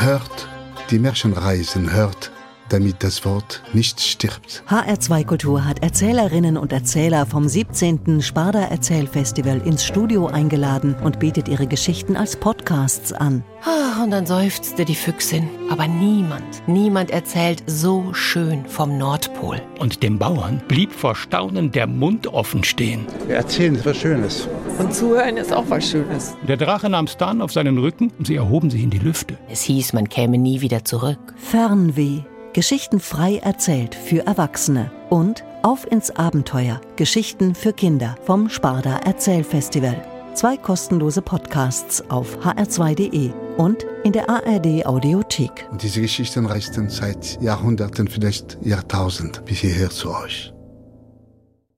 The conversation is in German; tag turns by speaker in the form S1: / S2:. S1: Hört, die Märchenreisen hört, damit das Wort nicht stirbt.
S2: HR2 Kultur hat Erzählerinnen und Erzähler vom 17. Sparda Erzählfestival ins Studio eingeladen und bietet ihre Geschichten als Podcasts an.
S3: Ah, Und dann seufzte die Füchsin. Aber niemand, niemand erzählt so schön vom Nordpol.
S4: Und dem Bauern blieb vor Staunen der Mund offen stehen.
S5: Erzählen ist was Schönes.
S6: Und zuhören ist auch was Schönes.
S4: Der Drache nahm Stan auf seinen Rücken, sie erhoben sich in die Lüfte.
S3: Es hieß, man käme nie wieder zurück.
S2: Fernweh. Geschichten frei erzählt für Erwachsene. Und Auf ins Abenteuer. Geschichten für Kinder vom Sparda Erzählfestival. Zwei kostenlose Podcasts auf hr2.de und in der ARD Audiothek.
S1: Und diese Geschichten reisten seit Jahrhunderten, vielleicht Jahrtausend, bis hierher zu euch.